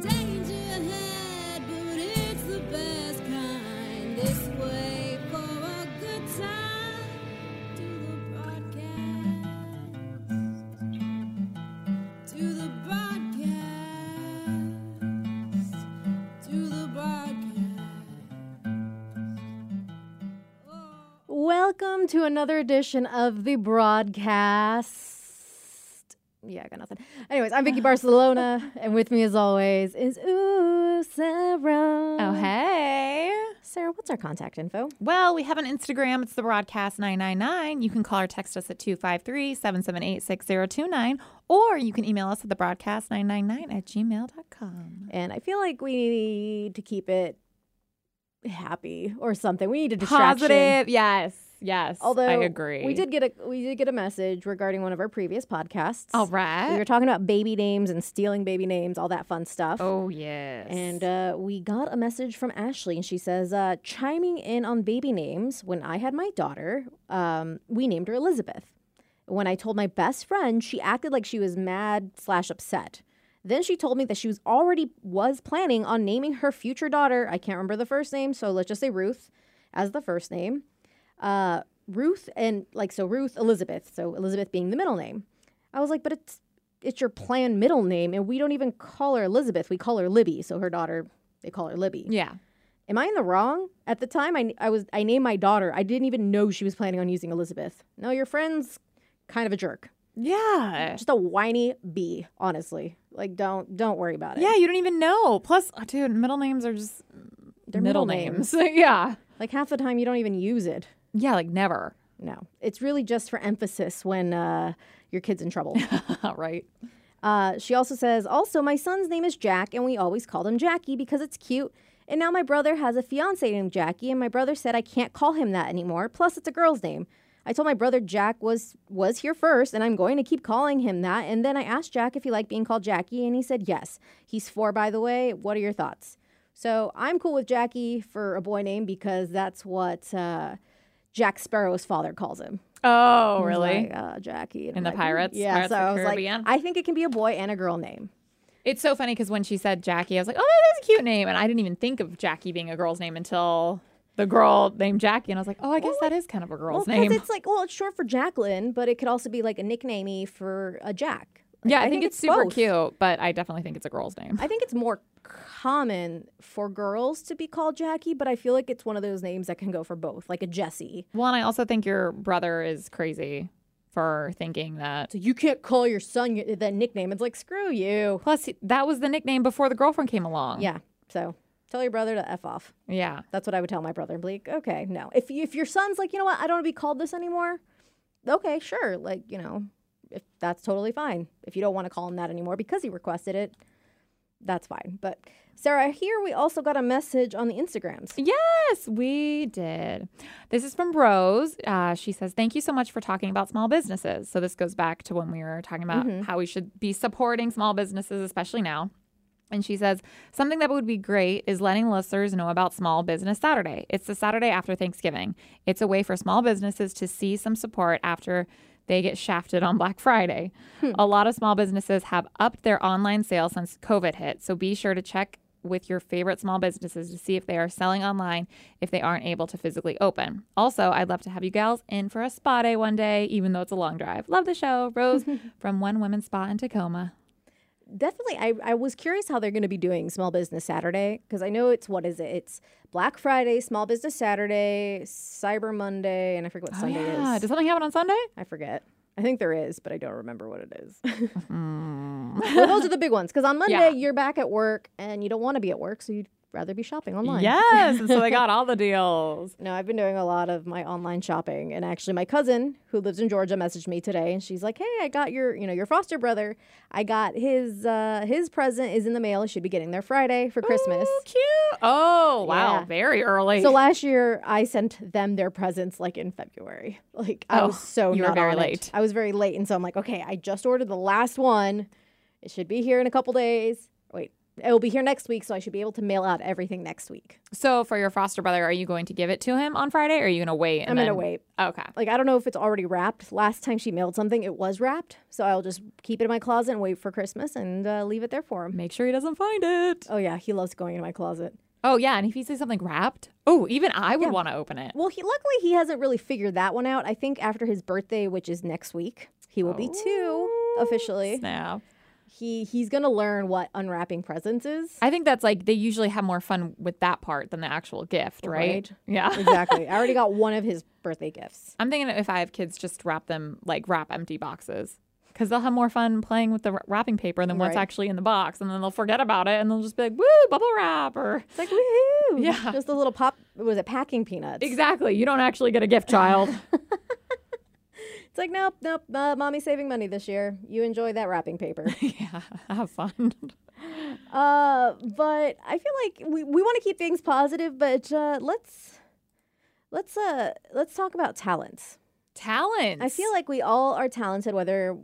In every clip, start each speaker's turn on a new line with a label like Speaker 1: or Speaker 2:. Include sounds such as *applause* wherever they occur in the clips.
Speaker 1: Danger ahead, but it's the best kind. This way for a good time. To the broadcast. To the broadcast. To the broadcast.
Speaker 2: Welcome to another edition of the broadcast. Yeah, I got nothing. Anyways, I'm
Speaker 3: *sighs*
Speaker 2: Vicky Barcelona, and with me, as always, is Ooh Sarah.
Speaker 3: Oh, hey.
Speaker 2: Sarah, what's our contact info?
Speaker 3: Well, we have an Instagram. It's the broadcast 999. You can call or text us at 253 778 6029, or you can email us at the broadcast 999 at gmail.com.
Speaker 2: And I feel like we need to keep it happy or something. We need a distraction.
Speaker 3: Yes. Yes.
Speaker 2: Although
Speaker 3: I agree.
Speaker 2: we did get a we did get a message regarding one of our previous podcasts.
Speaker 3: All
Speaker 2: we
Speaker 3: Oh, right.
Speaker 2: were talking about baby names and stealing baby names, all that fun stuff.
Speaker 3: oh, yes.
Speaker 2: And uh, we got a message from Ashley, and she says, uh, chiming in on baby names, when I had my daughter, um, we named her Elizabeth. When I told my best friend, she acted like she was mad slash upset. Then she told me that she was already was planning on naming her future daughter. I can't remember the first name, so let's just say Ruth as the first name. Uh, Ruth and like so Ruth Elizabeth, so Elizabeth being the middle name. I was like, but it's it's your planned middle name, and we don't even call her Elizabeth. We call her Libby. So her daughter, they call her Libby.
Speaker 3: yeah.
Speaker 2: Am I in the wrong? At the time, I, I was I named my daughter. I didn't even know she was planning on using Elizabeth. No, your friend's kind of a jerk.
Speaker 3: Yeah.
Speaker 2: Just a whiny bee, honestly. Like don't don't worry about it.
Speaker 3: Yeah, you don't even know. Plus, oh, dude, middle names are just
Speaker 2: They're
Speaker 3: middle,
Speaker 2: middle
Speaker 3: names. *laughs* yeah.
Speaker 2: Like half the time, you don't even use it.
Speaker 3: Yeah, like never. *laughs*
Speaker 2: No, it's really just for emphasis when uh, your kid's in trouble.
Speaker 3: right.
Speaker 2: Uh, she also says, also, my son's name is Jack, and we always called him Jackie because it's cute. And now my brother has a fiance named Jackie, and my brother said I can't call him that anymore. Plus, it's a girl's name. I told my brother Jack was was here first, and I'm going to keep calling him that. And then I asked Jack if he liked being called Jackie, and he said yes. He's four, by the way. What are your thoughts? So I'm cool with Jackie for a boy name because that's what uh, Jack Sparrow's father calls him.
Speaker 3: Oh,
Speaker 2: He's
Speaker 3: really?
Speaker 2: like, uh, Jackie. And
Speaker 3: In
Speaker 2: I'm
Speaker 3: the
Speaker 2: like, "Mm."
Speaker 3: Pirates?
Speaker 2: Yeah.
Speaker 3: Pirates
Speaker 2: so
Speaker 3: of
Speaker 2: I
Speaker 3: the
Speaker 2: was like,
Speaker 3: Caribbean?
Speaker 2: I think it can be a boy and a girl name.
Speaker 3: It's so funny because when she said Jackie, I was like, oh, that is a cute name. And I didn't even think of Jackie being a girl's name until the girl named Jackie. And I was like, oh, I guess that is kind of a
Speaker 2: Well,
Speaker 3: girl's
Speaker 2: 'cause
Speaker 3: name.
Speaker 2: it's like, well, it's short for Jacqueline, but it could also be like a nicknamey for a Jack. Like,
Speaker 3: *laughs* yeah, I, think, it's, super
Speaker 2: both.
Speaker 3: cute, but I definitely think it's a girl's name.
Speaker 2: I think it's more common for girls to be called Jackie, but I feel like it's one of those names that can go for both, like a Jessie.
Speaker 3: well, and I also think your brother is crazy for thinking that.
Speaker 2: So you can't call your son y- that nickname. It's like, screw you.
Speaker 3: Plus, he- that was the nickname before the girlfriend came along.
Speaker 2: Yeah. So tell your brother to F off.
Speaker 3: Yeah.
Speaker 2: That's what I would tell my brother. I'd be like, okay, no. If you, if your son's like, you know what, I don't want to be called this anymore. Okay, sure. Like, you know, if that's totally fine. If you don't want to call him that anymore because he requested it, that's fine. But Sarah, here we also got a message on the Instagrams.
Speaker 3: Yes, we did. This is from Rose. Uh, she says, Thank you so much for talking about small businesses. So, this goes back to when we were talking about
Speaker 2: Mm-hmm.
Speaker 3: how we should be supporting small businesses, especially now. And she says, something that would be great is letting listeners know about Small Business Saturday. It's the Saturday after Thanksgiving. It's a way for small businesses to see some support after they get shafted on Black Friday.
Speaker 2: Hmm.
Speaker 3: A lot of small businesses have upped their online sales since COVID hit. So be sure to check with your favorite small businesses to see if they are selling online if they aren't able to physically open. Also, I'd love to have you gals in for a spa day one day, even though it's a long drive. Love the show.
Speaker 2: *laughs*
Speaker 3: Rose from One Women's Spa in Tacoma.
Speaker 2: Definitely, I, I was curious how they're going to be doing Small Business Saturday because I know it's what is it? It's Black Friday, Small Business Saturday, Cyber Monday, and I forget what Sunday
Speaker 3: Oh, yeah.
Speaker 2: is.
Speaker 3: Does something happen on Sunday?
Speaker 2: I forget. I think there is, but I don't remember what it is. *laughs* well, those are the big ones because on Monday
Speaker 3: Mm. *laughs* Yeah.
Speaker 2: you're back at work and you don't want to be at work, so you rather be shopping online.
Speaker 3: Yes.
Speaker 2: *laughs*
Speaker 3: And so they got all the deals.
Speaker 2: No, I've been doing a lot of my online shopping, and actually, my cousin who lives in Georgia messaged me today, and she's like, "Hey, I got your, you know, your foster brother. I got his, uh, his present is in the mail. It should be getting there Friday for Christmas."
Speaker 3: Ooh, cute. Oh, wow.
Speaker 2: Yeah.
Speaker 3: Very early.
Speaker 2: So last year, I sent them their presents like in February. Like I
Speaker 3: Oh,
Speaker 2: was so
Speaker 3: you were
Speaker 2: not
Speaker 3: very
Speaker 2: on it.
Speaker 3: late.
Speaker 2: I was very late, and so I'm like, okay, I just ordered the last one. It should be here in a couple days. Wait, it will be here next week, so I should be able to mail out everything next week.
Speaker 3: So for your foster brother, are you going to give it to him on Friday or are you going to wait? and
Speaker 2: I'm gonna
Speaker 3: then-
Speaker 2: wait.
Speaker 3: Okay.
Speaker 2: Like I don't know if it's already wrapped. Last time she mailed something, it was wrapped, so I'll just keep it in my closet and wait for Christmas and uh, leave it there for him.
Speaker 3: Make sure he doesn't find it.
Speaker 2: Oh yeah, he loves going into my closet.
Speaker 3: Oh, yeah. And if he sees something wrapped, oh, even I would
Speaker 2: Yeah.
Speaker 3: want to open it.
Speaker 2: Well, he luckily he hasn't really figured that one out. I think after his birthday, which is next week, he will be two officially.
Speaker 3: Oh, Snap.
Speaker 2: He he's gonna learn what unwrapping presents is.
Speaker 3: I think that's like they usually have more fun with that part than the actual gift, right?
Speaker 2: Right.
Speaker 3: Yeah.
Speaker 2: exactly. I already got one of his birthday gifts.
Speaker 3: I'm thinking if I have kids, just wrap them like wrap empty boxes because they'll have more fun playing with the wra- wrapping paper than what's
Speaker 2: Right.
Speaker 3: actually in the box. And then they'll forget about it and they'll just be like, woo, bubble wrap or.
Speaker 2: It's like woohoo!
Speaker 3: Yeah.
Speaker 2: just a little pop. Was it packing peanuts?
Speaker 3: Exactly. You don't actually get a
Speaker 2: *laughs*
Speaker 3: gift, child. *laughs*
Speaker 2: It's like nope, nope. Uh, mommy's saving money this year. You enjoy that wrapping paper. *laughs*
Speaker 3: yeah. Have fun.
Speaker 2: uh, but I feel like we, we want to keep things positive, but uh, let's let's uh let's talk about talents.
Speaker 3: Talents.
Speaker 2: I feel like we all are talented, whether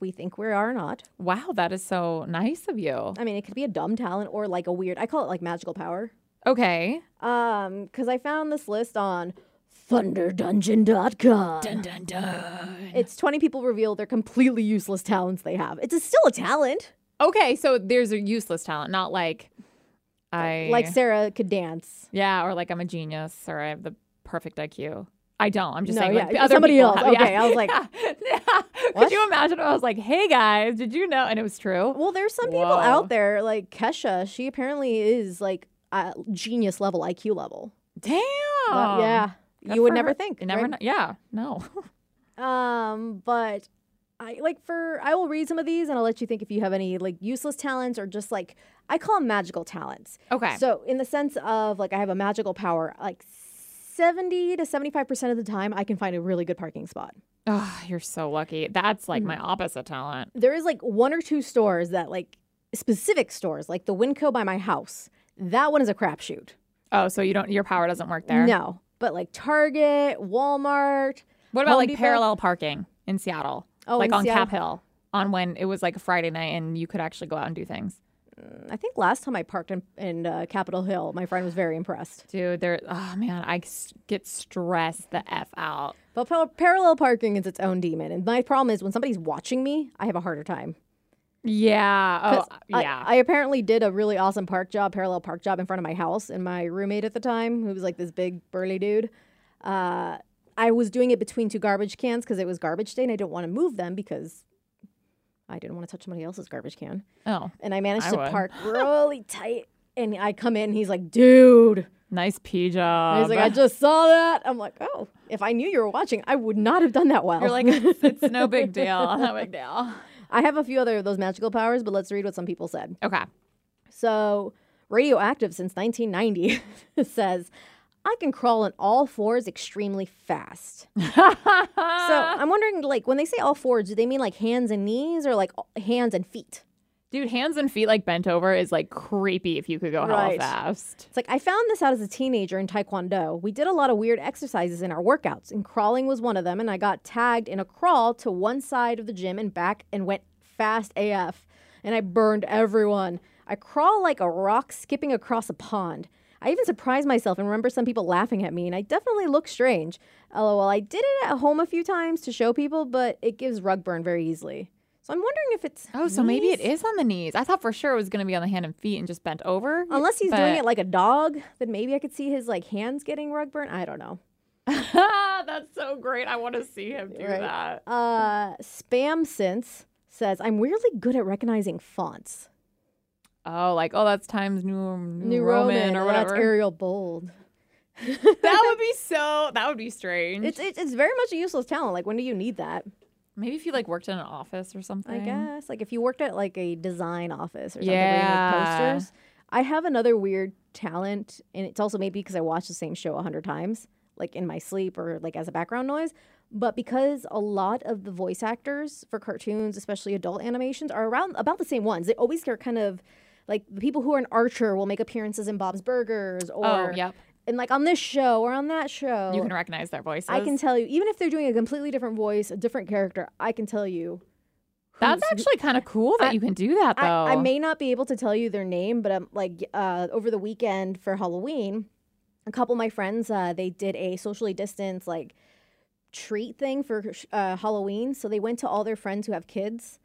Speaker 2: we think we are or not.
Speaker 3: Wow, that is so nice of you.
Speaker 2: I mean, it could be a dumb talent or like a weird. I call it like magical power.
Speaker 3: Okay.
Speaker 2: Um, because I found this list on thunderdungeon.com.
Speaker 3: dun dun.
Speaker 2: It's 20 people reveal their completely useless talents they have. It's a, still a talent.
Speaker 3: Okay, so there's a useless talent, not like I
Speaker 2: Like Sarah could dance.
Speaker 3: yeah, or like I'm a genius or I have the perfect IQ. I don't. I'm just
Speaker 2: No,
Speaker 3: saying like,
Speaker 2: yeah,
Speaker 3: other
Speaker 2: somebody
Speaker 3: people
Speaker 2: else.
Speaker 3: have- yeah.
Speaker 2: Okay, I was
Speaker 3: *laughs*
Speaker 2: like,
Speaker 3: Could
Speaker 2: what?
Speaker 3: you imagine? if I was like, hey guys, did you know? And it was true.
Speaker 2: Well, there's some people
Speaker 3: Whoa.
Speaker 2: out there, like Kesha, she apparently is like uh, genius level, IQ level.
Speaker 3: Damn.
Speaker 2: But yeah.
Speaker 3: Good
Speaker 2: You would
Speaker 3: for
Speaker 2: never
Speaker 3: her.
Speaker 2: think.
Speaker 3: You never.
Speaker 2: right?
Speaker 3: kn- Yeah. No. *laughs*
Speaker 2: Um, but I like for I will read some of these and I'll let you think if you have any like useless talents or just like I call them magical talents.
Speaker 3: Okay.
Speaker 2: So in the sense of like I have a magical power, like seventy to seventy five percent of the time I can find a really good parking spot.
Speaker 3: oh, you're so lucky. That's like
Speaker 2: Hmm.
Speaker 3: my opposite talent.
Speaker 2: There is like one or two stores that like specific stores, like the Winco by my house. That one is a crapshoot.
Speaker 3: Oh, so you don't. Your power doesn't work there.
Speaker 2: No, but like Target, Walmart.
Speaker 3: What about
Speaker 2: Home
Speaker 3: like
Speaker 2: Depot?
Speaker 3: parallel parking in Seattle?
Speaker 2: Oh,
Speaker 3: like
Speaker 2: in
Speaker 3: on
Speaker 2: Seattle?
Speaker 3: Cap Hill on when it was like a Friday night and you could actually go out and do things.
Speaker 2: I think last time I parked in, in uh, Capitol Hill, my friend was very impressed.
Speaker 3: Dude, there. Oh man, I s- get stressed the f out.
Speaker 2: But par- parallel parking is its own demon. And my problem is when somebody's watching me, I have a harder time.
Speaker 3: Yeah.
Speaker 2: 'Cause
Speaker 3: Oh,
Speaker 2: I-
Speaker 3: yeah.
Speaker 2: I, apparently did a really awesome park job, parallel park job in front of my house. And my roommate at the time, who was like this big burly dude, uh, I was doing it between two garbage cans because it was garbage day and I didn't want to move them because I didn't want to touch somebody else's garbage can.
Speaker 3: oh,
Speaker 2: And I managed
Speaker 3: I
Speaker 2: to
Speaker 3: would.
Speaker 2: park really *laughs* tight. And I come in, he's like, dude.
Speaker 3: nice p
Speaker 2: And
Speaker 3: job.
Speaker 2: he's like, I just saw that. I'm like, oh, if I knew you were watching, I would not have done that well. *laughs*
Speaker 3: You're like, it's, it's no big deal. *laughs* No big deal.
Speaker 2: I have a few other of those magical powers, but let's read what some people said.
Speaker 3: Okay.
Speaker 2: So, radioactive since 1990 *laughs* says, I can crawl on all fours extremely
Speaker 3: *laughs*
Speaker 2: fast. So, I'm wondering, like, when they say all fours, do they mean like hands and knees or like a- hands and feet?
Speaker 3: Dude, hands and feet like bent over is like creepy if you could go hella
Speaker 2: Right.
Speaker 3: fast.
Speaker 2: It's like, I found this out as a teenager in Taekwondo. We did a lot of weird exercises in our workouts, and crawling was one of them. And I got tagged in a crawl to one side of the gym and back and went fast AF. And I burned everyone. I crawl like a rock skipping across a pond. I even surprised myself and remember some people laughing at me, and I definitely look strange. LOL, I did it at home a few times to show people, but it gives rug burn very easily. So I'm wondering if it's.
Speaker 3: Oh, so maybe it
Speaker 2: knees?
Speaker 3: is on the knees. I thought for sure it was going to be on the hand and feet and just bent over.
Speaker 2: Unless he's
Speaker 3: but-
Speaker 2: doing it like a dog, then maybe I could see his like hands getting rug burn. I don't know.
Speaker 3: *laughs* That's so great. I want to see him do
Speaker 2: Right.
Speaker 3: that.
Speaker 2: Uh, Spam Sense says, I'm weirdly good at recognizing fonts.
Speaker 3: Oh, like, oh, that's Times New, New,
Speaker 2: New
Speaker 3: Roman,
Speaker 2: Roman,
Speaker 3: or
Speaker 2: oh,
Speaker 3: whatever.
Speaker 2: That's Arial Bold.
Speaker 3: *laughs* that
Speaker 2: *laughs*
Speaker 3: would be so, that would be strange.
Speaker 2: It's, it's it's very much a useless talent. Like, when do you need that?
Speaker 3: Maybe if you like worked in an office or something.
Speaker 2: I guess. Like, if you worked at like a design office or something where you
Speaker 3: Yeah.
Speaker 2: make posters. I have another weird talent, and it's also maybe because I watch the same show a hundred times, like in my sleep or like as a background noise. But because a lot of the voice actors for cartoons, especially adult animations, are around about the same ones. They always are kind of like the people who are an Archer will make appearances in Bob's Burgers or
Speaker 3: oh, yep.
Speaker 2: and like on this show or on that show.
Speaker 3: You can recognize their voices.
Speaker 2: I can tell you, even if they're doing a completely different voice, a different character, I can tell you.
Speaker 3: That's
Speaker 2: who's-
Speaker 3: actually kind of cool that
Speaker 2: I-
Speaker 3: you can do that though.
Speaker 2: I, I may not be able to tell you their name, but um, like uh, over the weekend for Halloween, a couple of my friends uh, they did a socially distanced like treat thing for uh, Halloween. So they went to all their friends who have kids,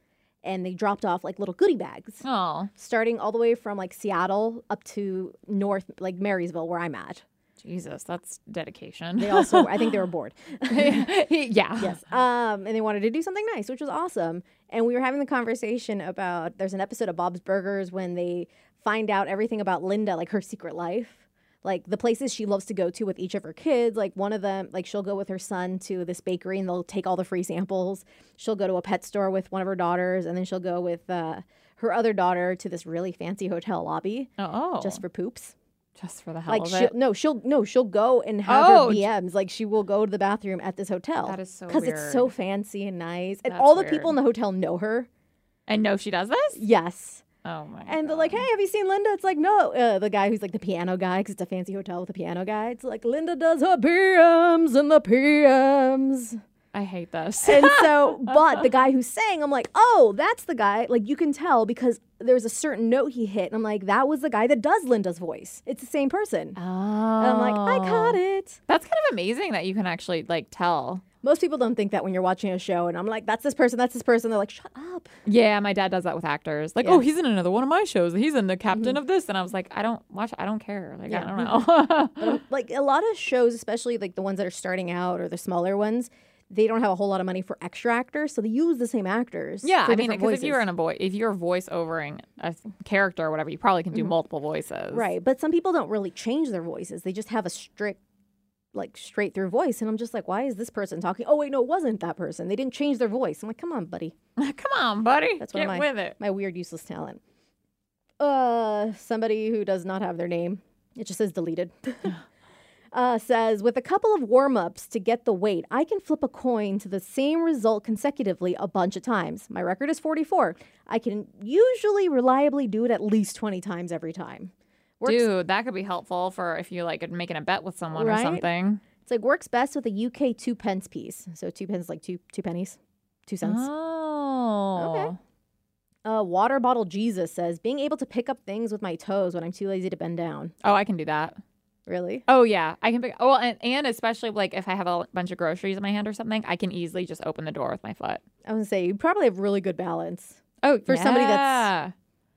Speaker 2: and they dropped off like little goodie bags,
Speaker 3: Oh,
Speaker 2: starting all the way from like Seattle up to North like Marysville, where I'm at.
Speaker 3: Jesus, that's dedication.
Speaker 2: *laughs*
Speaker 3: *laughs*
Speaker 2: They also, I think, they were bored.
Speaker 3: yeah.
Speaker 2: yes. Um, and they wanted to do something nice, which was awesome. And we were having the conversation about there's an episode of Bob's Burgers when they find out everything about Linda, like her secret life, like the places she loves to go to with each of her kids. Like one of them, like she'll go with her son to this bakery and they'll take all the free samples. She'll go to a pet store with one of her daughters, and then she'll go with uh, her other daughter to this really fancy hotel lobby
Speaker 3: Oh,
Speaker 2: just for poops
Speaker 3: just for the hell
Speaker 2: like
Speaker 3: of
Speaker 2: she'll
Speaker 3: it.
Speaker 2: no she'll no she'll go and have
Speaker 3: Oh,
Speaker 2: her
Speaker 3: j-
Speaker 2: BMs like she will go to the bathroom at this hotel.
Speaker 3: That is so
Speaker 2: because it's so
Speaker 3: weird.
Speaker 2: fancy and nice, and
Speaker 3: That's
Speaker 2: all the people
Speaker 3: weird.
Speaker 2: in the hotel know her.
Speaker 3: And no, she does this.
Speaker 2: Yes,
Speaker 3: Oh my.
Speaker 2: and they're
Speaker 3: God.
Speaker 2: like, "Hey, have you seen Linda?" It's like, "No." Uh, the guy who's like the piano guy because it's a fancy hotel with a piano guy. It's like Linda does her BMs and the PMs.
Speaker 3: I hate this.
Speaker 2: And
Speaker 3: *laughs*
Speaker 2: so, but the guy who sang, I'm like, oh, that's the guy. Like, you can tell because there's a certain note he hit. And I'm like, that was the guy that does Linda's voice. It's the same person.
Speaker 3: oh, *laughs*
Speaker 2: And I'm like, I caught it.
Speaker 3: That's kind of amazing that you can actually like tell.
Speaker 2: Most people don't think that when you're watching a show, and I'm like, that's this person, that's this person. They're like, shut
Speaker 3: *gasps*
Speaker 2: up.
Speaker 3: Yeah, my dad does that with actors. Like,
Speaker 2: Yeah. Mm-hmm.
Speaker 3: oh, he's in another one of my shows. He's in the captain of this, and I was like, I don't watch. I don't care. Like,
Speaker 2: Yeah. *laughs*
Speaker 3: I don't *laughs* know.
Speaker 2: Like a lot of shows, especially like the ones that are starting out or the smaller ones, they don't have a whole lot of money for extra actors, so they use the same actors.
Speaker 3: yeah,
Speaker 2: for
Speaker 3: I mean,
Speaker 2: different
Speaker 3: because if you're
Speaker 2: voices.
Speaker 3: in a voice, if you're voice overing a th- character or whatever, you probably can do multiple voices.
Speaker 2: Mm-hmm. right, but some people don't really change their voices; they just have a strict, like straight through voice. And I'm just like, why is this person talking? Oh wait, no, it wasn't that person. They didn't change their voice. I'm like, *laughs* come on, buddy.
Speaker 3: Come on, buddy.
Speaker 2: That's
Speaker 3: Get
Speaker 2: one of my
Speaker 3: with it.
Speaker 2: my weird useless talent. Uh, somebody who does not have their name. It just says deleted. *laughs* uh, says with a couple of warm ups to get the weight, I can flip a coin to the same result consecutively a bunch of times. My record is 44. I can usually reliably do it at least 20 times every time. Works,
Speaker 3: Dude, that could be helpful for if you like making a bet with someone
Speaker 2: Right?
Speaker 3: or something.
Speaker 2: It's like works best with a UK two pence piece. So two pence is like two two pennies, two cents.
Speaker 3: Oh.
Speaker 2: Uh, water bottle Jesus says being able to pick up things with my toes when I'm too lazy to bend down.
Speaker 3: Oh, I can do that.
Speaker 2: Really?
Speaker 3: Oh yeah, I can pick. Oh, well, and, and especially like if I have a bunch of groceries in my hand or something, I can easily just open the door with my foot.
Speaker 2: I would say you probably have really good balance.
Speaker 3: Oh,
Speaker 2: For somebody that's
Speaker 3: yeah.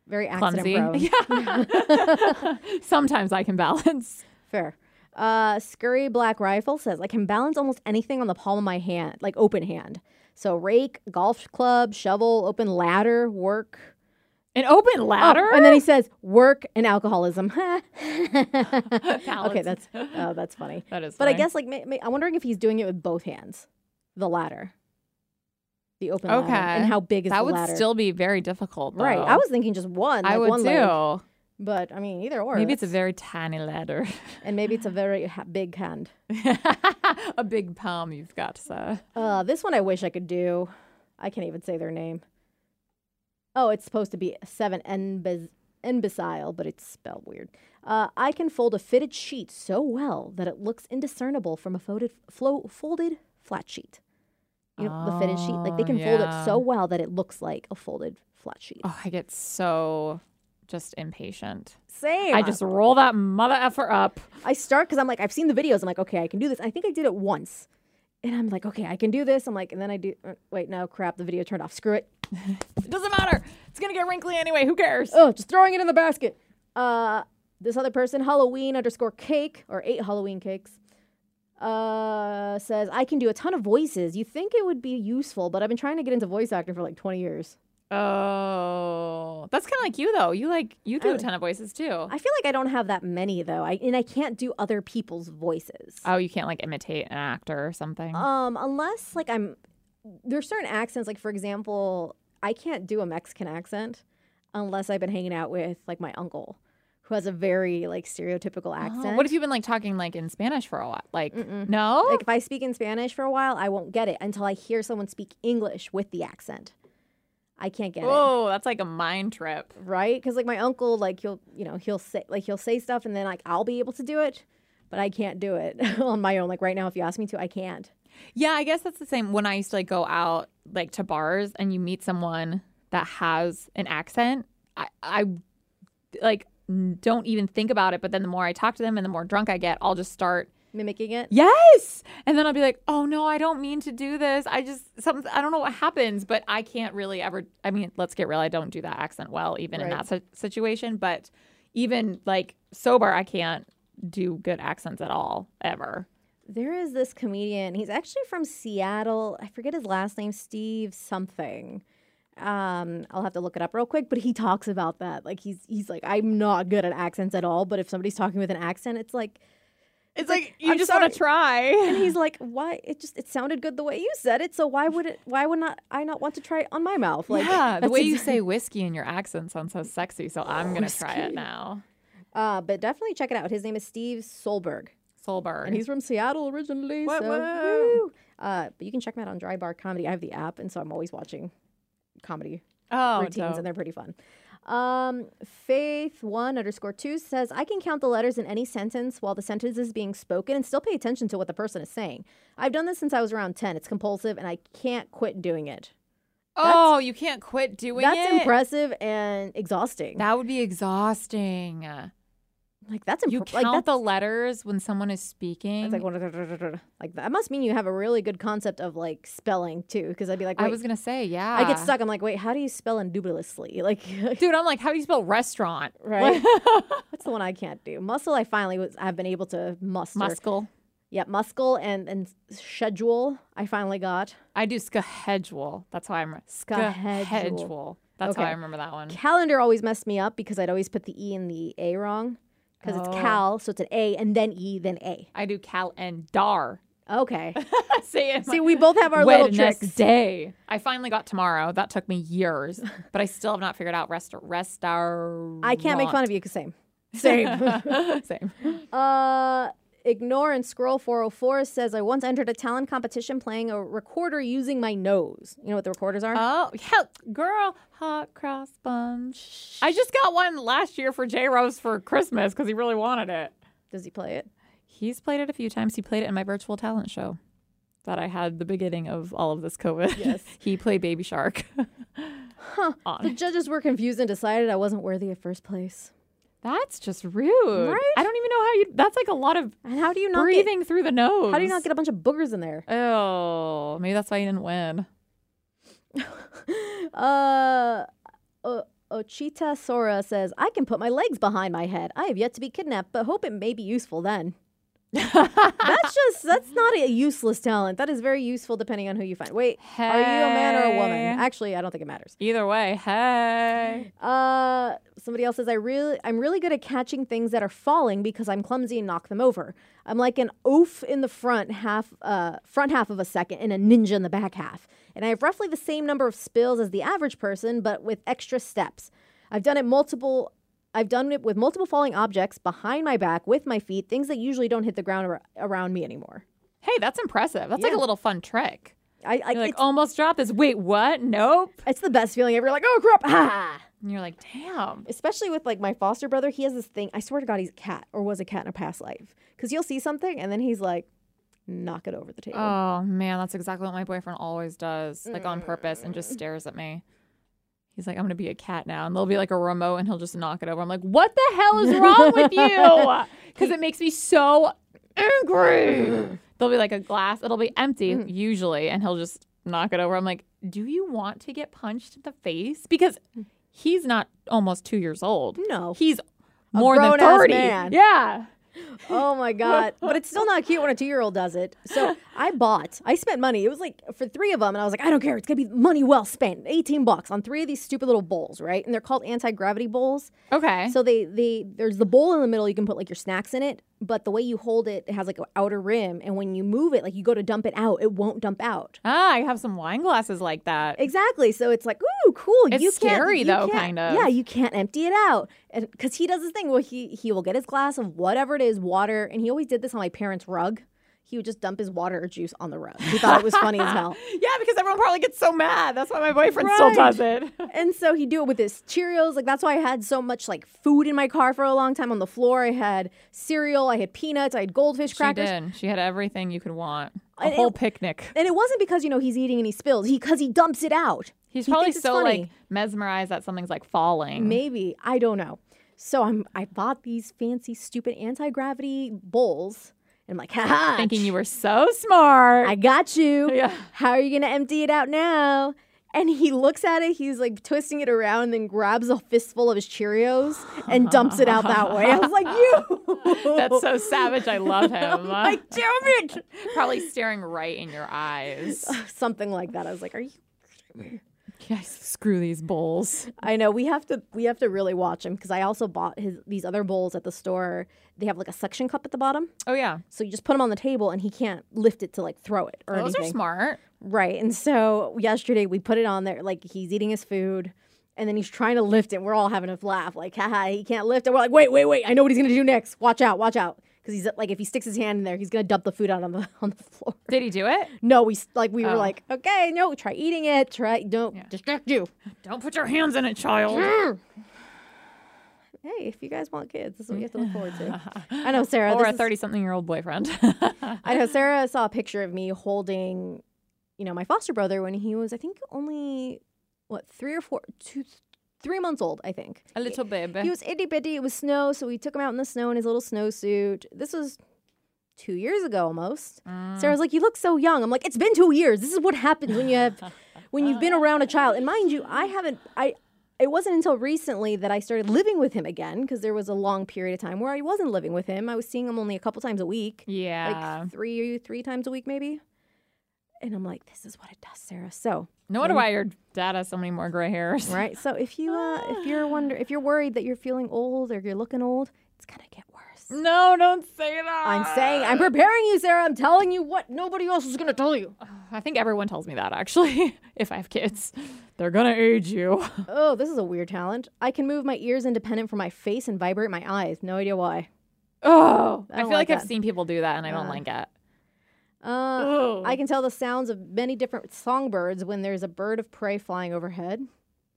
Speaker 2: Very accident
Speaker 3: clumsy. *laughs*
Speaker 2: prone.
Speaker 3: Yeah.
Speaker 2: *laughs*
Speaker 3: Sometimes I can balance.
Speaker 2: Fair. Uh, Scurry Black Rifle says I can balance almost anything on the palm of my hand, like open hand. So rake, golf club, shovel, open ladder, work.
Speaker 3: An open
Speaker 2: Oh,
Speaker 3: ladder.
Speaker 2: and then he says work and alcoholism. *laughs* okay,
Speaker 3: Balance.
Speaker 2: that's oh, that's
Speaker 3: *laughs*
Speaker 2: funny.
Speaker 3: that is.
Speaker 2: But I
Speaker 3: funny.
Speaker 2: guess like may, may, I'm wondering if he's doing it with both hands, the ladder, the open ladder,
Speaker 3: Okay.
Speaker 2: and how big is
Speaker 3: that
Speaker 2: the
Speaker 3: would
Speaker 2: ladder?
Speaker 3: still be very difficult. Though.
Speaker 2: right. I was thinking just one.
Speaker 3: I
Speaker 2: like
Speaker 3: would
Speaker 2: one
Speaker 3: too.
Speaker 2: leg. but I mean either or.
Speaker 3: Maybe it's a
Speaker 2: that's-
Speaker 3: very tiny ladder.
Speaker 2: and maybe it's a very ha- big hand.
Speaker 3: *laughs* a big palm you've got, so.
Speaker 2: Uh, this one I wish I could do. I can't even say their name. Oh, it's supposed to be seven embes- imbecile, but it's spelled weird. Uh, I can fold a fitted sheet so well that it looks indiscernible from a folded, flo- folded flat sheet. You know, the fitted sheet. Like they
Speaker 3: Oh,
Speaker 2: can fold
Speaker 3: yeah.
Speaker 2: it so well that it looks like a folded flat sheet.
Speaker 3: Oh, I get so just impatient.
Speaker 2: Same.
Speaker 3: I just roll that mother effer up.
Speaker 2: I start because I'm like, I've seen the videos. I'm like, okay, I can do this. I think I did it once. And I'm like, okay, I can do this. I'm like, and then I do, uh, wait, no, crap, the video turned off. Screw it.
Speaker 3: It doesn't matter. It's gonna get wrinkly anyway. Who cares?
Speaker 2: Oh, just throwing it in the basket. Uh, this other person, Halloween underscore cake, or eight Halloween cakes, uh, says, I can do a ton of voices. You think it would be useful, but I've been trying to get into voice acting for like 20 years.
Speaker 3: Oh, that's kind of like you though. You like you do
Speaker 2: I-
Speaker 3: a ton of voices too.
Speaker 2: Oh. I feel like I don't have that many, though, I, and I can't do other people's voices.
Speaker 3: Oh, you can't like imitate an actor or something.
Speaker 2: Um, unless like I'm, there's certain accents. Like for example, I can't do a Mexican accent unless I've been hanging out with like my uncle, who has a very like stereotypical
Speaker 3: Oh,
Speaker 2: accent.
Speaker 3: what if you've been like talking like in Spanish for a while? Like,
Speaker 2: Mm-mm.
Speaker 3: no?
Speaker 2: Like if I speak in Spanish for a while, I won't get it until I hear someone speak English with the accent. I can't get it.
Speaker 3: Whoa, Oh, that's like a mind trip.
Speaker 2: Right? Cuz like my uncle like he'll, you know, he'll say like he'll say stuff and then like I'll be able to do it, but I can't do it *laughs* on my own like right now if you ask me to, I can't.
Speaker 3: Yeah, I guess that's the same. When I used to like go out like to bars and you meet someone that has an accent, I, I like n- don't even think about it. But then the more I talk to them and the more drunk I get, I'll just start.
Speaker 2: Mimicking it.
Speaker 3: Yes, and then I'll be like, "Oh no, I don't mean to do this. I just something. I don't know what happens, but I can't really ever. I mean, let's get real. I don't do that accent well, even in
Speaker 2: Right.
Speaker 3: that si- situation. But even like sober, I can't do good accents at all ever.
Speaker 2: There is this comedian. He's actually from Seattle. I forget his last name, Steve something. Um, I'll have to look it up real quick, but he talks about that. Like he's he's like, I'm not good at accents at all, but if somebody's talking with an accent, it's like
Speaker 3: It's
Speaker 2: like,
Speaker 3: like, you
Speaker 2: I'm
Speaker 3: just want
Speaker 2: sorry.
Speaker 3: to *laughs* try.
Speaker 2: and he's like, Why it just it sounded good the way you said it, so why would it why would not I not want to try it on my mouth? Like
Speaker 3: yeah, the
Speaker 2: that's
Speaker 3: way you
Speaker 2: exa-
Speaker 3: say whiskey in your accent sounds so sexy. So I'm gonna try it
Speaker 2: Whiskey.
Speaker 3: now.
Speaker 2: uh but definitely check it out. His name is Steve Solberg.
Speaker 3: Solberg.
Speaker 2: And he's from Seattle originally.
Speaker 3: What,
Speaker 2: so,
Speaker 3: what?
Speaker 2: woo. Uh, but you can check him out on Dry Bar Comedy. I have the app, and so I'm always watching comedy
Speaker 3: oh,
Speaker 2: routines,
Speaker 3: dope.
Speaker 2: and they're pretty fun. Um, Faith one underscore two says, "I can count the letters in any sentence while the sentence is being spoken, and still pay attention to what the person is saying. I've done this since I was around ten. It's compulsive, and I can't quit doing it.
Speaker 3: oh, you can't quit doing it.
Speaker 2: that's impressive and exhausting.
Speaker 3: That would be exhausting.
Speaker 2: like that's impre-
Speaker 3: You
Speaker 2: like that's,
Speaker 3: count the letters when someone is speaking.
Speaker 2: it's like one- *laughs* like that must mean you have a really good concept of like spelling too, because I'd be like,
Speaker 3: I
Speaker 2: wait,
Speaker 3: was gonna say, yeah.
Speaker 2: I get stuck. I'm like, wait, how do you spell indubitably? *laughs* Like,
Speaker 3: dude. I'm like, how do you spell restaurant? *laughs*
Speaker 2: right? What's the one I can't do? Muscle. I finally was. I've been able to muster.
Speaker 3: Muscle.
Speaker 2: Yeah, muscle and and schedule. I finally got
Speaker 3: I do schedule. That's how I'm
Speaker 2: Schedule.
Speaker 3: schedule. That's how
Speaker 2: Okay.
Speaker 3: I remember that one.
Speaker 2: calendar. Always messed me up because I'd always put the e and the a wrong because it's
Speaker 3: Oh.
Speaker 2: cal, so it's an a and then e then a.
Speaker 3: I do cal and dar.
Speaker 2: Okay.
Speaker 3: *laughs* Say it.
Speaker 2: See, we both have
Speaker 3: *laughs*
Speaker 2: our little tricks.
Speaker 3: Wednesday. I finally got tomorrow. That took me years, *laughs* but I still have not figured out rest restaurant.
Speaker 2: I can't make fun of you. 'cause Same. Same.
Speaker 3: *laughs* Same.
Speaker 2: Uh, ignore and scroll 404 says I once entered a talent competition playing a recorder using my nose. You know what the recorders are?
Speaker 3: Oh, hell, girl, hot cross buns. I just got one last year for J Rose for Christmas because he really wanted it.
Speaker 2: Does he play it?
Speaker 3: He's played it a few times. He played it in my virtual talent show that I had the beginning of all of this COVID.
Speaker 2: Yes.
Speaker 3: *laughs* he played Baby Shark.
Speaker 2: Huh.
Speaker 3: *laughs* On
Speaker 2: The judges were confused and decided I wasn't worthy of first place.
Speaker 3: That's just rude.
Speaker 2: Right?
Speaker 3: I don't even know how you. That's like a lot of
Speaker 2: And how do you not get,
Speaker 3: breathing through the nose.
Speaker 2: how do you not get a bunch of boogers in there?
Speaker 3: Oh, maybe that's why you didn't win.
Speaker 2: Uh, o- Ochita Sora says I can put my legs behind my head. I have yet to be kidnapped, but hope it may be useful then. that's just that's not a useless talent. That is very useful depending on who you find. Wait, are you a man or a woman?
Speaker 3: Hey.
Speaker 2: Actually, I don't think it matters.
Speaker 3: Either way, hey.
Speaker 2: Uh, somebody else says I really, I'm really good at catching things that are falling because I'm clumsy and knock them over. I'm like an oaf in the front half, uh, front half of a second, and a ninja in the back half. And I have roughly the same number of spills as the average person, but with extra steps. I've done it multiple. I've done it with multiple falling objects behind my back, with my feet, things that usually don't hit the ground ar- around me anymore.
Speaker 3: Hey, that's impressive. That's like
Speaker 2: Yeah.
Speaker 3: a little fun trick.
Speaker 2: I, I
Speaker 3: You're like, "Oh."
Speaker 2: it's,
Speaker 3: almost dropped this. Wait, what? Nope.
Speaker 2: it's the best feeling ever. You're like, oh crap! Ah!
Speaker 3: And you're like, damn.
Speaker 2: especially with like my foster brother, he has this thing. I swear to God, he's a cat or was a cat in a past life. Because you'll see something and then he's like, knock it over the table.
Speaker 3: Oh, man. That's exactly what my boyfriend always does, like on purpose, and
Speaker 2: Mm.
Speaker 3: just stares at me. He's like, I'm going to be a cat now. And there'll be like a remote, and he'll just knock it over. I'm like, what the hell is wrong
Speaker 2: *laughs*
Speaker 3: with you? Because it makes me so
Speaker 2: *laughs*
Speaker 3: angry. there'll be like a glass, it'll be empty
Speaker 2: Mm.
Speaker 3: usually, and he'll just knock it over. I'm like, do you want to get punched in the face? Because he's not almost two years old.
Speaker 2: Mm. No.
Speaker 3: He's more than
Speaker 2: grown-ass
Speaker 3: 30.
Speaker 2: man.
Speaker 3: Yeah.
Speaker 2: *laughs* Oh my God. But it's still not cute when a two year old does it. So I bought, I spent money. It was like for three of them. And I was like, I don't care. It's going to be money well spent. 18 bucks on three of these stupid little bowls, right? And they're called anti gravity bowls.
Speaker 3: Okay.
Speaker 2: So they they there's the bowl in the middle. You can put like your snacks in it, but the way you hold it, it has like an outer rim, and when you move it, like you go to dump it out, it won't dump out.
Speaker 3: Ah, I have some wine glasses like that.
Speaker 2: Exactly. So it's like, ooh, oh, cool.
Speaker 3: It's
Speaker 2: you can't,
Speaker 3: scary,
Speaker 2: you
Speaker 3: though,
Speaker 2: can't-
Speaker 3: kind of.
Speaker 2: Yeah, you can't empty it out, and because he does this thing where he he will get his glass of whatever it is, water, and he always did this on my parents' rug. He would just dump his water or juice on the rug. He thought it was funny as
Speaker 3: *laughs*
Speaker 2: hell. *laughs*
Speaker 3: Yeah, because everyone probably gets so mad. That's why my boyfriend still
Speaker 2: Right.
Speaker 3: does it.
Speaker 2: And so he'd do it with his Cheerios. Like that's why I had so much like food in my car for a long time on the floor. I had cereal, I had peanuts, I had goldfish *laughs* crackers.
Speaker 3: She did. She had everything you could want. A
Speaker 2: And it-
Speaker 3: whole picnic.
Speaker 2: And it wasn't because, you know, he's eating and he spills. He cuz he dumps it out.
Speaker 3: He's
Speaker 2: He
Speaker 3: probably
Speaker 2: thinks it's
Speaker 3: so
Speaker 2: funny.
Speaker 3: like mesmerized that something's like falling.
Speaker 2: Maybe. I don't know. So I'm I bought these fancy stupid anti-gravity bowls and I'm like, ha ha
Speaker 3: Thinking you were so smart.
Speaker 2: I got you.
Speaker 3: *laughs* Yeah.
Speaker 2: How are you gonna empty it out now? And he looks at it, he's like twisting it around and then grabs a fistful of his Cheerios and dumps it out
Speaker 3: *laughs*
Speaker 2: that way. I was like, you
Speaker 3: That's so savage. I love
Speaker 2: *laughs*
Speaker 3: him. *laughs*
Speaker 2: like, damn it.
Speaker 3: probably staring right in your
Speaker 2: *laughs*
Speaker 3: eyes.
Speaker 2: Something like that. I was like, are you
Speaker 3: Yes, screw these bowls.
Speaker 2: I know we have to we have to really watch him because I also bought his these other bowls at the store. They have like a suction cup at the bottom,
Speaker 3: Oh yeah,
Speaker 2: so you just put them on the table and he can't lift it to like throw it or
Speaker 3: those are
Speaker 2: anything.
Speaker 3: smart.
Speaker 2: Right. And so yesterday we put it on there like he's eating his food and then he's trying to lift it. And we're all having a laugh like, haha, he can't lift it. We're like, wait, wait, wait! I know what he's gonna do next. Watch out! Watch out! Because he's like, if he sticks his hand in there, he's gonna dump the food out on the *laughs* on the floor.
Speaker 3: Did he do it?
Speaker 2: No, we s- like we were
Speaker 3: Oh.
Speaker 2: like, okay, no, try eating it. Try don't distract you.
Speaker 3: Don't put your hands in it, child.
Speaker 2: Mm.
Speaker 3: *laughs*
Speaker 2: hey, if you guys want kids, this is what you have to look forward
Speaker 3: *laughs*
Speaker 2: to. I know Sarah.
Speaker 3: or
Speaker 2: this
Speaker 3: a
Speaker 2: is-
Speaker 3: thirty-something-year-old boyfriend. *laughs*
Speaker 2: I know Sarah saw a picture of me holding, you know, my foster brother when he was, I think, only what three or four, two, three months old. I think
Speaker 3: a little baby.
Speaker 2: he was itty bitty. It was snow, so we took him out in the snow in his little snowsuit. This was two years ago almost. Sarah's like, "You look so young." I'm like, "It's been two years. This is what happens when you have when you've been around a child." And mind you, I haven't. I it wasn't until recently that I started living with him again because there was a long period of time where I wasn't living with him. I was seeing him only a couple times a week,
Speaker 3: yeah.
Speaker 2: like three three times a week maybe. And I'm like, "This is what it does, Sarah." So
Speaker 3: no wonder why your dad has so many more gray hairs.
Speaker 2: right? So if you uh, if you're wonder if you're worried that you're feeling old or you're looking old, it's gonna get worse.
Speaker 3: *laughs* No, don't say that.
Speaker 2: I'm saying I'm preparing you, Sarah. I'm telling you what nobody else is gonna tell you.
Speaker 3: I think everyone tells me that actually. *laughs* if I have kids, they're gonna age you. *laughs*
Speaker 2: Oh, this is a weird talent. I can move my ears independent from my face and vibrate my eyes. No idea why.
Speaker 3: Oh,
Speaker 2: I
Speaker 3: I,
Speaker 2: don't like
Speaker 3: feel like,
Speaker 2: that.
Speaker 3: I've seen people do that, and I don't like it.
Speaker 2: Uh,
Speaker 3: Oh,
Speaker 2: I can tell the sounds of many different songbirds when there's a bird of prey flying overhead.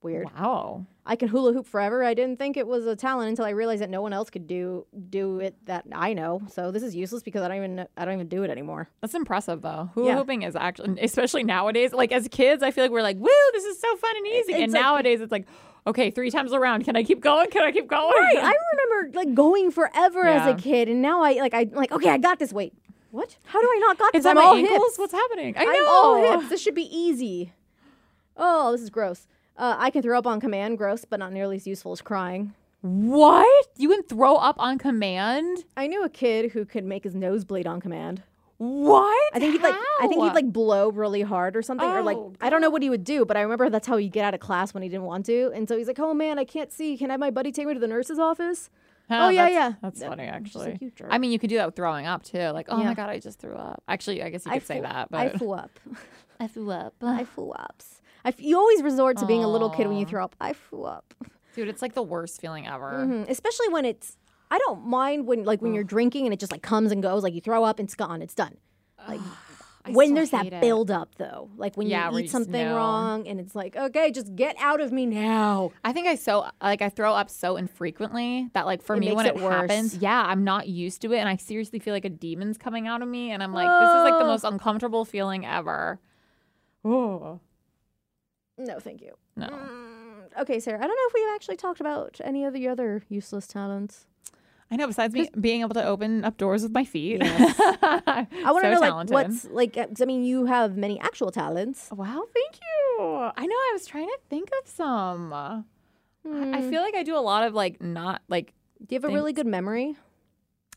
Speaker 2: Weird.
Speaker 3: wow.
Speaker 2: I can hula hoop forever. I didn't think it was a talent until I realized that no one else could do do it that I know. So this is useless because I don't even I don't even do it anymore.
Speaker 3: That's impressive, though. Hula
Speaker 2: Yeah.
Speaker 3: hooping is actually, *laughs* especially nowadays. Like as kids, I feel like we're like, "Woo, this is so fun and easy."
Speaker 2: It's
Speaker 3: and
Speaker 2: like-
Speaker 3: nowadays, it's like, "Okay, three times around. Can I keep going? Can I keep going?"
Speaker 2: *laughs* Right. I remember like going forever as
Speaker 3: Yeah.
Speaker 2: a kid, and now I like I like okay, I got this. Wait, what? How do I not got this?
Speaker 3: *laughs* Is that
Speaker 2: I'm
Speaker 3: my
Speaker 2: all
Speaker 3: ankles?
Speaker 2: hips.
Speaker 3: What's happening? I know.
Speaker 2: I'm all hips. This should be easy. Oh, this is gross. Uh, I can throw up on command. Gross, but not nearly as useful as crying.
Speaker 3: What? You can throw up on command?
Speaker 2: I knew a kid who could make his nose bleed on command.
Speaker 3: What?
Speaker 2: I think he'd like I think he'd like blow really hard or something or like
Speaker 3: Oh,
Speaker 2: I don't know what he would do, but I remember that's how he'd get out of class when he didn't want to. And so he's like, "Oh man, I can't see. Can I have my buddy take me to the nurse's office?"
Speaker 3: Huh,
Speaker 2: oh, yeah,
Speaker 3: that's-
Speaker 2: yeah.
Speaker 3: That's funny, actually.
Speaker 2: you jerk.
Speaker 3: I mean, you could do that with throwing up too. Like, oh
Speaker 2: Yeah.
Speaker 3: my god, I just threw up. Actually, I guess you could say
Speaker 2: flew-
Speaker 3: that, but
Speaker 2: I flew *laughs* up.
Speaker 3: I flew up.
Speaker 2: I flew up. I f- you always resort to being a little kid when you throw up. I flew up.
Speaker 3: *laughs* Dude, it's like the worst feeling ever.
Speaker 2: Mhm. Especially when it's, I don't mind when like when you're drinking and it just like comes and goes. Like you throw up and it's gone. It's done. Like
Speaker 3: I
Speaker 2: when
Speaker 3: still
Speaker 2: there's that
Speaker 3: hate it.
Speaker 2: build up though, like when
Speaker 3: Yeah,
Speaker 2: you
Speaker 3: where
Speaker 2: eat
Speaker 3: you just
Speaker 2: something
Speaker 3: know.
Speaker 2: wrong and it's like, okay, just get out of me now.
Speaker 3: I think I so like I throw up so infrequently that like for
Speaker 2: It
Speaker 3: me
Speaker 2: makes
Speaker 3: when
Speaker 2: it
Speaker 3: it,
Speaker 2: worse.
Speaker 3: happens, yeah, I'm not used to it, and I seriously feel like a demon's coming out of me, and I'm like, this is like the
Speaker 2: Oh.
Speaker 3: most uncomfortable feeling ever. Oh
Speaker 2: No, thank you.
Speaker 3: no,
Speaker 2: Mm, Okay, Sarah. I don't know if we've actually talked about any of the other useless talents.
Speaker 3: I know. Besides me being able to open up doors with my feet, *laughs*
Speaker 2: I want to know
Speaker 3: so Mm, talented. Oh,
Speaker 2: like what's like. uh, 'cause, I mean, you have many actual talents.
Speaker 3: Wow, thank you. I know I was trying to think of some. I- I feel like I do a lot of like not like
Speaker 2: Do you have a really good memory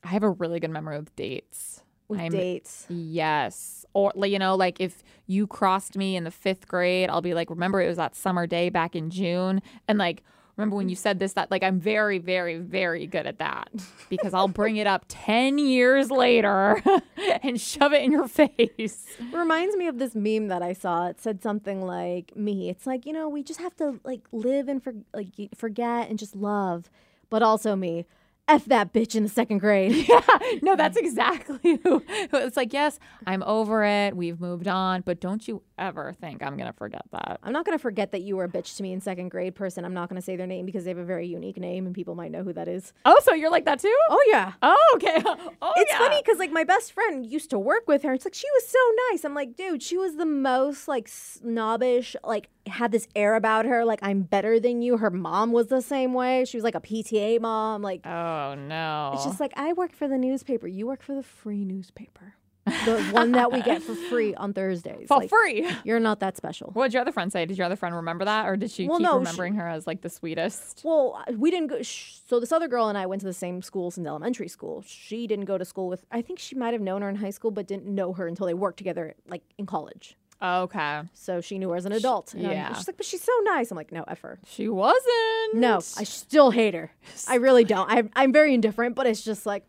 Speaker 3: I have a really good memory with dates.
Speaker 2: with
Speaker 3: I'm-
Speaker 2: dates?
Speaker 3: Yes. Or like, you know, like if you crossed me in the fifth grade, I'll be like, remember it was that summer day back in June and like Remember when you said this, that like I'm very, very, very good at that because I'll bring it up *laughs* 10 years later *laughs* and shove it in your face.
Speaker 2: Reminds me of this meme that I saw. It said something like me. It's like, you know, we just have to like live and for, like y- forget and just love, but also me. F that bitch in the second
Speaker 3: *laughs*
Speaker 2: grade. *laughs*
Speaker 3: no, that's exactly who. who- It's like, yes, I'm over it. We've moved on, but don't you ever think I'm going to forget that.
Speaker 2: I'm not going to forget that you were a bitch to me in second grade person. I'm not going to say their name because they have a very unique name and people might know who that is.
Speaker 3: Oh, so you're like that too?
Speaker 2: Oh yeah.
Speaker 3: Oh, okay. *laughs* Oh,
Speaker 2: It's
Speaker 3: yeah.
Speaker 2: funny because like my best friend used to work with her. It's like she was so nice. I'm like, dude, she was the most like snobbish. Like had this air about her. Like I'm better than you. Her mom was the same way. She was like a PTA mom. Like
Speaker 3: Oh, no.
Speaker 2: it's just like I work for the newspaper. You work for the free newspaper,
Speaker 3: *laughs*
Speaker 2: the one that we get for free on Thursdays.
Speaker 3: for
Speaker 2: Like,
Speaker 3: free. *laughs*
Speaker 2: You're not that special.
Speaker 3: What did your other friend say? Did your other friend remember that, or did she
Speaker 2: Well,
Speaker 3: keep
Speaker 2: no, she-
Speaker 3: remembering her as like the sweetest?
Speaker 2: Well, we didn't go. Sh- so this other girl and I went to the same school since elementary school. She didn't go to school with. I think she might have known her in high school, but didn't know her until they worked together, like in college.
Speaker 3: Okay,
Speaker 2: So she knew her as an adult. And I'm-
Speaker 3: yeah.
Speaker 2: she's like, but she's so nice. I'm like, no, F her.
Speaker 3: she wasn't.
Speaker 2: No, I still hate her. I really
Speaker 3: *laughs*
Speaker 2: don't. I, I'm very indifferent, but it's just like,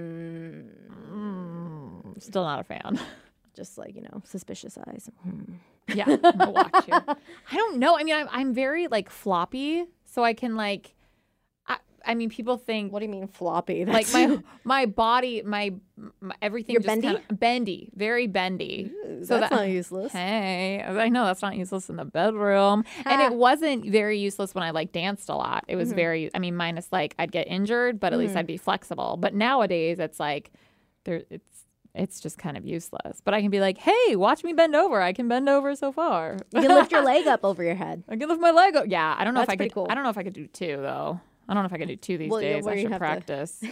Speaker 2: mm,
Speaker 3: Mm, still not a fan.
Speaker 2: just like, you know, suspicious eyes. Hmm. *laughs*
Speaker 3: Yeah, I'll watch you. I don't know. I mean, I'm, I'm very like floppy, so I can like. I, I mean, people think
Speaker 2: What do you mean floppy?
Speaker 3: like
Speaker 2: That's *laughs*
Speaker 3: my my body, my, my everything.
Speaker 2: You're
Speaker 3: just kinda- bendy, very bendy. so
Speaker 2: that's
Speaker 3: that *laughs*
Speaker 2: not useless.
Speaker 3: Hey, I know that's not useless in the bedroom. And
Speaker 2: Ha.
Speaker 3: it wasn't very useless when I like danced a lot. It
Speaker 2: Mm-hmm.
Speaker 3: was very, I mean, minus like I'd get injured, but at least I'd be flexible. But nowadays it's like there, it's, it's just kind of useless. But I can be like, hey, watch me bend over. I can bend over so far.
Speaker 2: You can lift your
Speaker 3: *laughs*
Speaker 2: leg up over your head.
Speaker 3: I can lift my leg up. Yeah, I don't know
Speaker 2: That's
Speaker 3: if I
Speaker 2: pretty
Speaker 3: could.
Speaker 2: cool.
Speaker 3: I don't know if I could do two though. I don't know if I could do two these
Speaker 2: Well, yeah,
Speaker 3: days.
Speaker 2: well,
Speaker 3: I
Speaker 2: you
Speaker 3: should
Speaker 2: have to- *laughs*
Speaker 3: practice.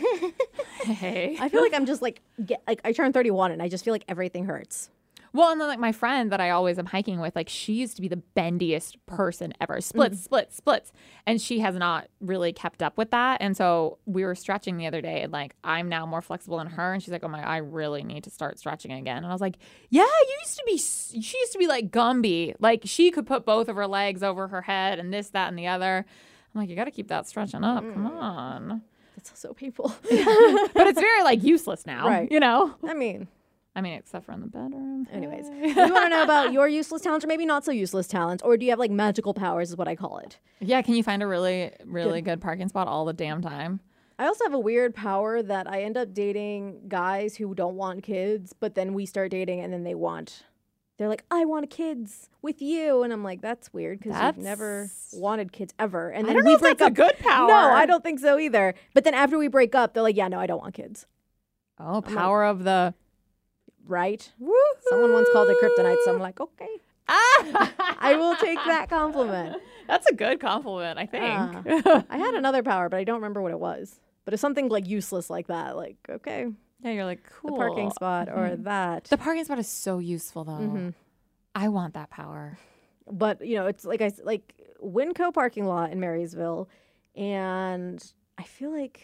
Speaker 3: hey.
Speaker 2: I feel like I'm just like, get, like I turned 31 and I just feel like everything hurts.
Speaker 3: Well, and then like my friend that I always am hiking with, like she used to be the bendiest person ever. Splits, splits, splits. And she has not really kept up with that. And so we were stretching the other day and like I'm now more flexible than her. And she's like, Oh my, I really need to start stretching again. And I was like, Yeah, you used to be s- she used to be like Gumby. Like she could put both of her legs over her head and this, that, and the other. I'm like, you gotta keep that stretching up. Come on.
Speaker 2: That's so
Speaker 3: *laughs*
Speaker 2: painful.
Speaker 3: But it's very like useless now.
Speaker 2: Right.
Speaker 3: You know?
Speaker 2: I mean,
Speaker 3: I mean, except for in the bedroom. *laughs*
Speaker 2: anyways, do you want to know about your useless talents or maybe not so useless talents, or do you have like magical powers? Is what I call it.
Speaker 3: Yeah, can you find a really, really good parking spot all the damn time?
Speaker 2: I also have a weird power that I end up dating guys who don't want kids, but then we start dating and then they want. They're like, I want kids with you, and I'm like, that's weird because you've never
Speaker 3: That's-
Speaker 2: wanted kids ever. And
Speaker 3: I
Speaker 2: then
Speaker 3: don't
Speaker 2: we
Speaker 3: know if
Speaker 2: break
Speaker 3: that's a
Speaker 2: up.
Speaker 3: good power.
Speaker 2: No, I don't think so either. But then after we break up, they're like, yeah, no, I don't want kids.
Speaker 3: Oh, power of the.
Speaker 2: Right? Someone once called it kryptonite, so I'm like, okay,
Speaker 3: *laughs* Ah!
Speaker 2: I will take that compliment. Ah.
Speaker 3: That's a good compliment, I think.
Speaker 2: I had another power, but I don't remember what it was. But it's something like useless like that, like okay,
Speaker 3: *laughs* yeah, you're like cool. Mm-hmm.
Speaker 2: the parking spot or that.
Speaker 3: The parking spot is so useful, though.
Speaker 2: Mm-hmm.
Speaker 3: I want that power.
Speaker 2: But you know, it's like I s- like Winco parking lot in Marysville, and I feel like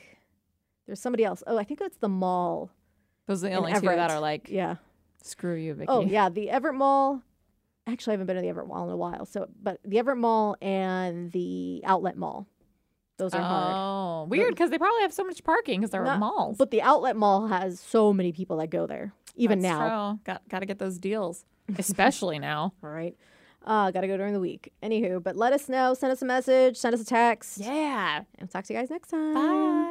Speaker 2: there's somebody else. Oh, I think it's the mall.
Speaker 3: Those are the
Speaker 2: in
Speaker 3: only two that
Speaker 2: Everett.
Speaker 3: are like,
Speaker 2: yeah.
Speaker 3: screw you, Vicky.
Speaker 2: Oh yeah, the Everett Mall. Actually, I haven't been to the Everett Mall in a while. So, but the Everett Mall and the Outlet Mall, those are hard.
Speaker 3: Oh, weird because they probably have so much parking because they're
Speaker 2: Not-
Speaker 3: malls.
Speaker 2: But the outlet mall has so many people that go there, even
Speaker 3: That's
Speaker 2: now.
Speaker 3: true. got got to get those deals,
Speaker 2: *laughs*
Speaker 3: especially now.
Speaker 2: All right. Uh, gotta go during the week. Anywho, but let us know. Send us a message. Send us a text.
Speaker 3: Yeah.
Speaker 2: And we'll talk to you guys next time.
Speaker 3: Bye.